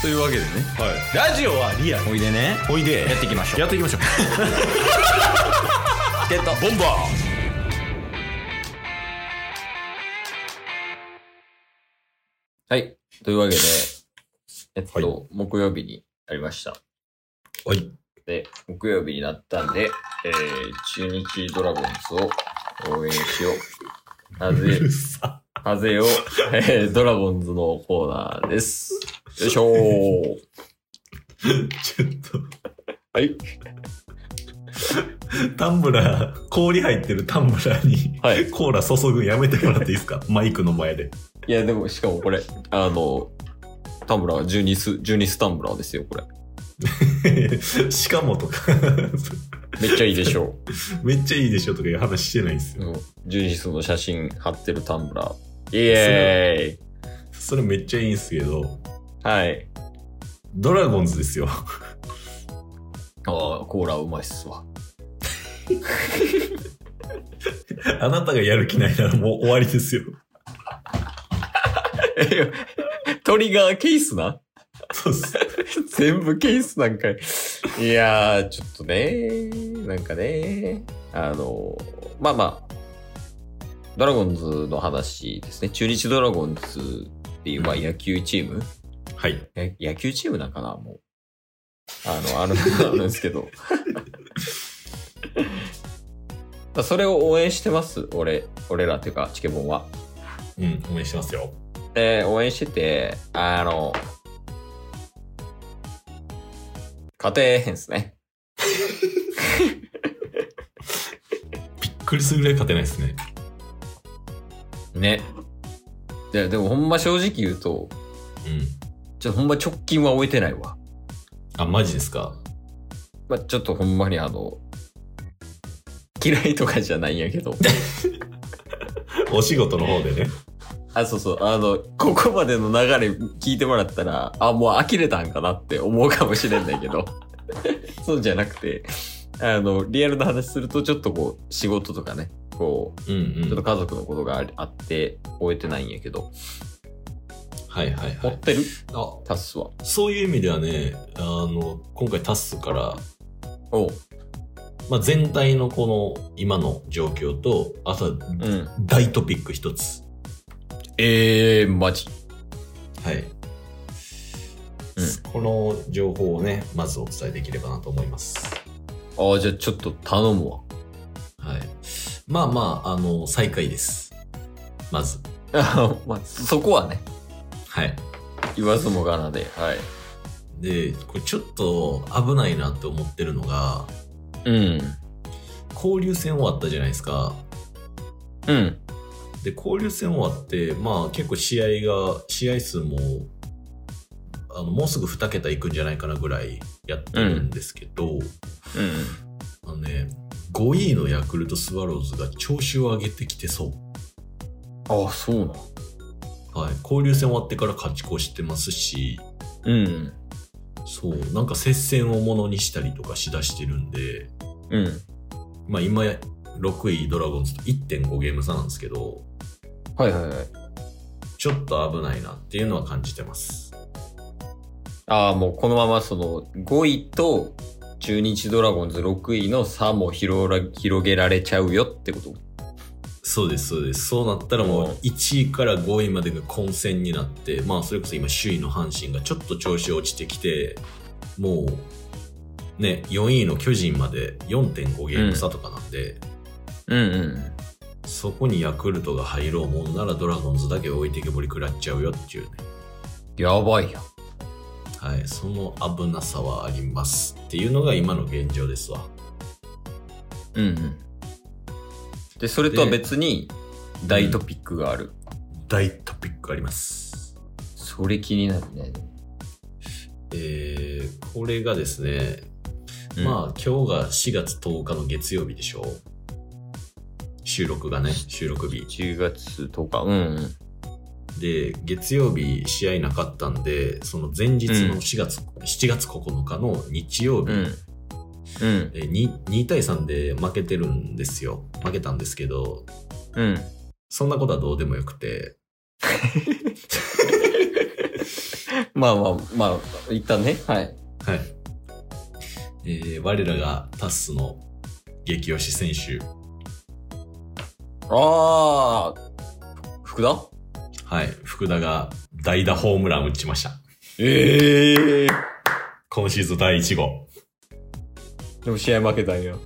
というわけでねはい、ラジオはリアルおいでねおいでやっていきましょうやっていきましょうゲットボンバはいというわけでえっと、は木曜日になりましたーはいで木曜日になったんで、えー、中日ドラゴンズを応援しような ぜうるさ風を、えードラゴンズのコーナーです。よいしょ ー。ちょっはい。とタンブラー氷入ってるタンブラーにはい。コーラ注ぐんやめてもらっていいです かマイクの前でいや、でも、しかもこれ、あの、タンブラー、12ス、12スタンブラーですよ、これ。しかもとか めっちゃいいでしょめっちゃいいでしょとかいう話してないんですう。ようん。12スの写真貼ってるタンブラー。イエそれめっちゃいいんすけどーイはい。ドラゴンズですよ ああ、コーラうまいっすわ。 あなたがやる気ないならもう終わりですよ トリガーケースな そうっす全部ケースなんかい。いやー、ちょっとね、なんかね、あの、まあまあ、ドラゴンズの話ですね。中日ドラゴンズっていう、まあ野球チームはいえ野球チームなんかなもう。あの、ある、 あるんですけど。まあそれを応援してます。俺、俺らっていうか、チケボンは。うん応援してますよえー応援してて、あの、勝てへんっすね。びっくりするぐらい勝てないですねね。いや、でもほんま正直言うと、うんちょっとほんま直近は終えてないわ。あマジですかまあ、ちょっとほんまにあの、嫌いとかじゃないんやけど。お仕事の方でねあ、そうそう。あの、ここまでの流れ聞いてもらったら、あ、もう呆れたんかなって思うかもしれないけど。 そうじゃなくて、あの、リアルな話すると、ちょっとこう、仕事とかね、こう、うんうんちょっと家族のことがありあって、終えてないんやけど。はいはいは持っいてるあタスは。そういう意味ではね、あの、今回タスから、おう。まあ、全体のこの今の状況と、あとはうん。大トピック一つ。ええー、マジ。はい。うこの情報をね、まずお伝えできればなと思います。ああ、じゃあちょっと頼むわ。はい。まあまあ、あの、最下位です。まず。あ まあ、そこはね、はい。言わずもがなで。はい。で、これちょっと危ないなって思ってるのが、うん。交流戦終わったじゃないですか。うん。で交流戦終わってまあ結構試合が試合数もあのもうすぐ2桁いくんじゃないかなぐらいやってるんですけど、うん。あのね5位のヤクルトスワローズが調子を上げてきてそああ、そうなのう、はい、交流戦終わってから勝ち越してますしうん。そうなんか接戦をものにしたりとかしだしてるんでうん。まあ今6位ドラゴンズと1.5ゲーム差なんですけどはいはいはい。ちょっと危ないなっていうのは感じてますああ、もうこのままその5位と中日ドラゴンズ6位の差も広ら広げられちゃうよってこと。そうですそうですそうなったらもう1位から5位までが混戦になってまあそれこそ今首位の阪神がちょっと調子落ちてきてもうね4位の巨人まで4.5ゲーム差とかなんで、うんうん。そこにヤクルトが入ろうもんならドラゴンズだけ置いてけぼり食らっちゃうよっていうねやばいやん。はいその危なさはありますっていうのが今の現状ですわうんうん。で、それとは別に大トピックがある。大トピックありますそれ気になるね。えー、これがですねうんまあ今日が4月10日の月曜日でしょう。収録がね、収録日。 10月10日。うんうん。で、月曜日試合なかったんで、その前日うんの4月、7月9日の日曜日、うん。うん。えーに2対3で負けてるんですよ。負けたんですけど、うん。そんなことはどうでもよくて、まあまあ、まあ、一旦ね。はい。はい。えー我らがタッスの激推し選手。ああ、ふ福田はい。福田が代打ホームラン打ちました。ええ今シーズン第1号。でも試合負けたんや。い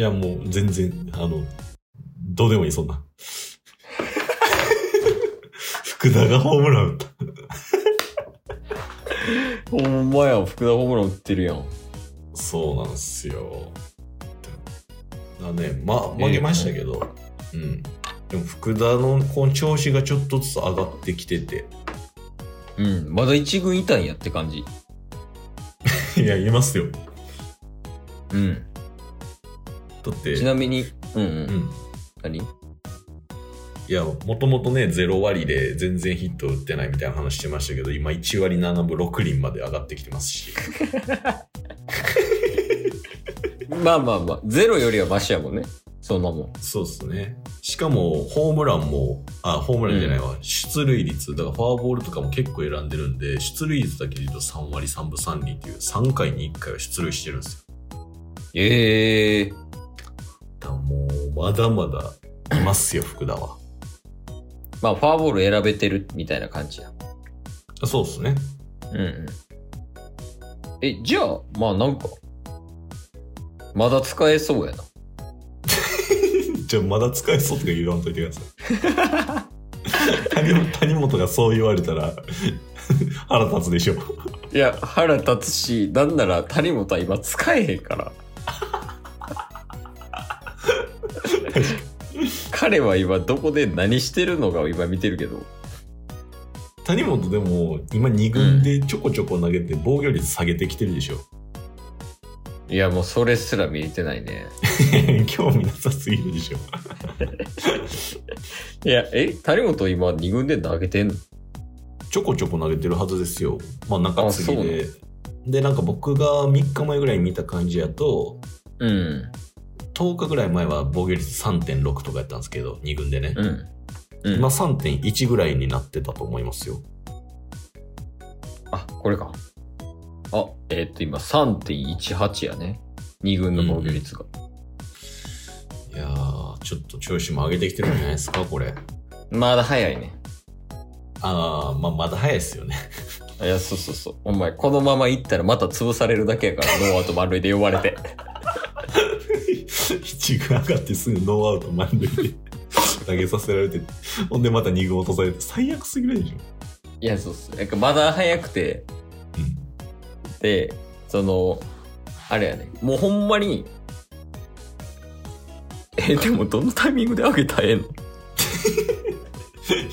や、もう全然、あの、どうでもいい、そんな。 福田がホームラン打った。ほんまや、福田ホームラン打ってるやん。そうなんですよ。だね、ま、負けましたけど、うん。でも福田のこの調子がちょっとずつ上がってきて て。うん、まだ一軍いたんやって感じ。いや、いますよ。うん。だって、ちなみに、うんうん。うん。何いや、もともとね、0割で全然ヒット打ってないみたいな話してましたけど、今1割7分6厘まで上がってきてますし。まあまあまあ、ゼロよりはマシやもんね。そんなもん。そうですね。しかも、ホームランも、あ、ホームランじゃないわ、出塁率、だからフォアボールとかも結構選んでるんで、出塁率だけで言うと3割3分3厘っていう、3回に1回は出塁してるんですよ。ええだからもう、まだまだいます よ、福田は。まあ、フォアボール選べてるみたいな感じや。あそうですね。うんうん。え、じゃあ、まあなんか、まだ使えそうやな。じゃあ、まだ使えそうとか言わんといてください。 谷本谷本がそう言われたら 腹立つでしょ。いや、腹立つし、なんなら谷本は今使えへんから。 彼は今どこで何してるのかを今見てるけど。谷本でも今2軍でちょこちょこ投げて防御率下げてきてるでしょ。いや、もうそれすら見れてないね。 興味なさすぎるでしょ。いや、え、谷本今2軍で投げてんのちょこちょこ投げてるはずですよ。まあ中継ぎあそうで。で、なんか僕が3日前ぐらいに見た感じやと、うん。 10日ぐらい前は防御率3.6とかやったんですけど、2軍でね。うん。うんまあ3.1ぐらいになってたと思いますよ。あ、これか。あ、えーっと、今3.18やね。2軍の防御率が。いやー、ちょっと調子も上げてきてるんじゃないですか、これ。まだ早いね。あー、まあまだ早いですよね。 いや、そうそうそう。お前、このまま行ったらまた潰されるだけやから、ノーアウト満塁で呼ばれて。一軍上がってすぐノーアウト満塁で 投げさせられて、ほんでまた2軍落とされて、最悪すぎるでしょ。 いや、そうっす。なんかまだ早くて、で、その、あれやね、もうほんまに、え、でもどのタイミングで上げたらええの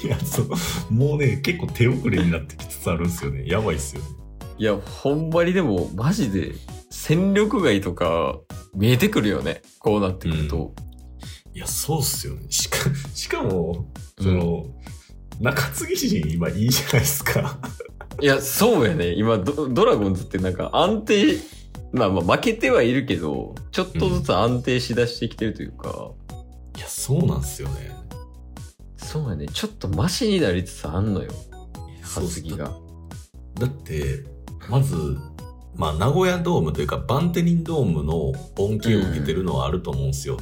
いや、そう、もうね、結構手遅れになってきつつあるんですよね。やばいっすよね。いや、ほんまにでも、マジで、戦力外とか、見えてくるよね。こうなってくると。いや、そうっすよね。しか、 しかも、うんその、中継ぎ陣今いいじゃないですか。いや、そうやね。今ド、ドラゴンズってなんか安定、まあまあ負けてはいるけど、ちょっとずつ安定しだしてきてるというか、いや、そうなんすよね。そうやね。ちょっとマシになりつつあんのよ。発ぎが。だって、まず、まあ、名古屋ドームというか、バンテリンドームの恩恵を受けてるのはあると思うんですよ。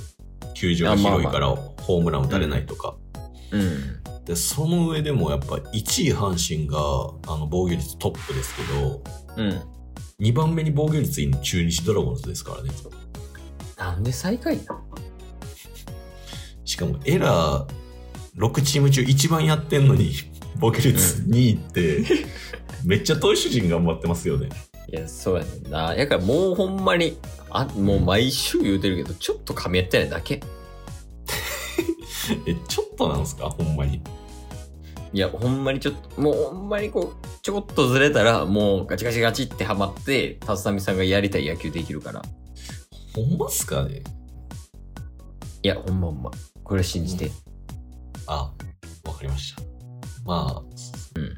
球場が広いから、ホームラン打たれないとか。うん。で、その上でもやっぱ1位阪神が、あの、防御率トップですけど、うん。 2番目に防御率いいの中日ドラゴンズですからね。なんで最下位なしかもエラー6チーム中一番やってんのに、防御率2位って、めっちゃ投手陣頑張ってますよね。いや、そうやねんな。やからもうほんまに、あ、もう毎週言うてるけど、ちょっと噛み合ってないだけ。え、ちょっとなんすかほんまに。いや、ほんまにちょっと、もうほんまにこう、ちょこっとずれたら、もうガチガチガチってハマって、立浪さんがやりたい野球できるから。ほんまっすかねいや、ほんまほんま。これ信じて。あ、わかりました。まあ、うん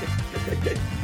す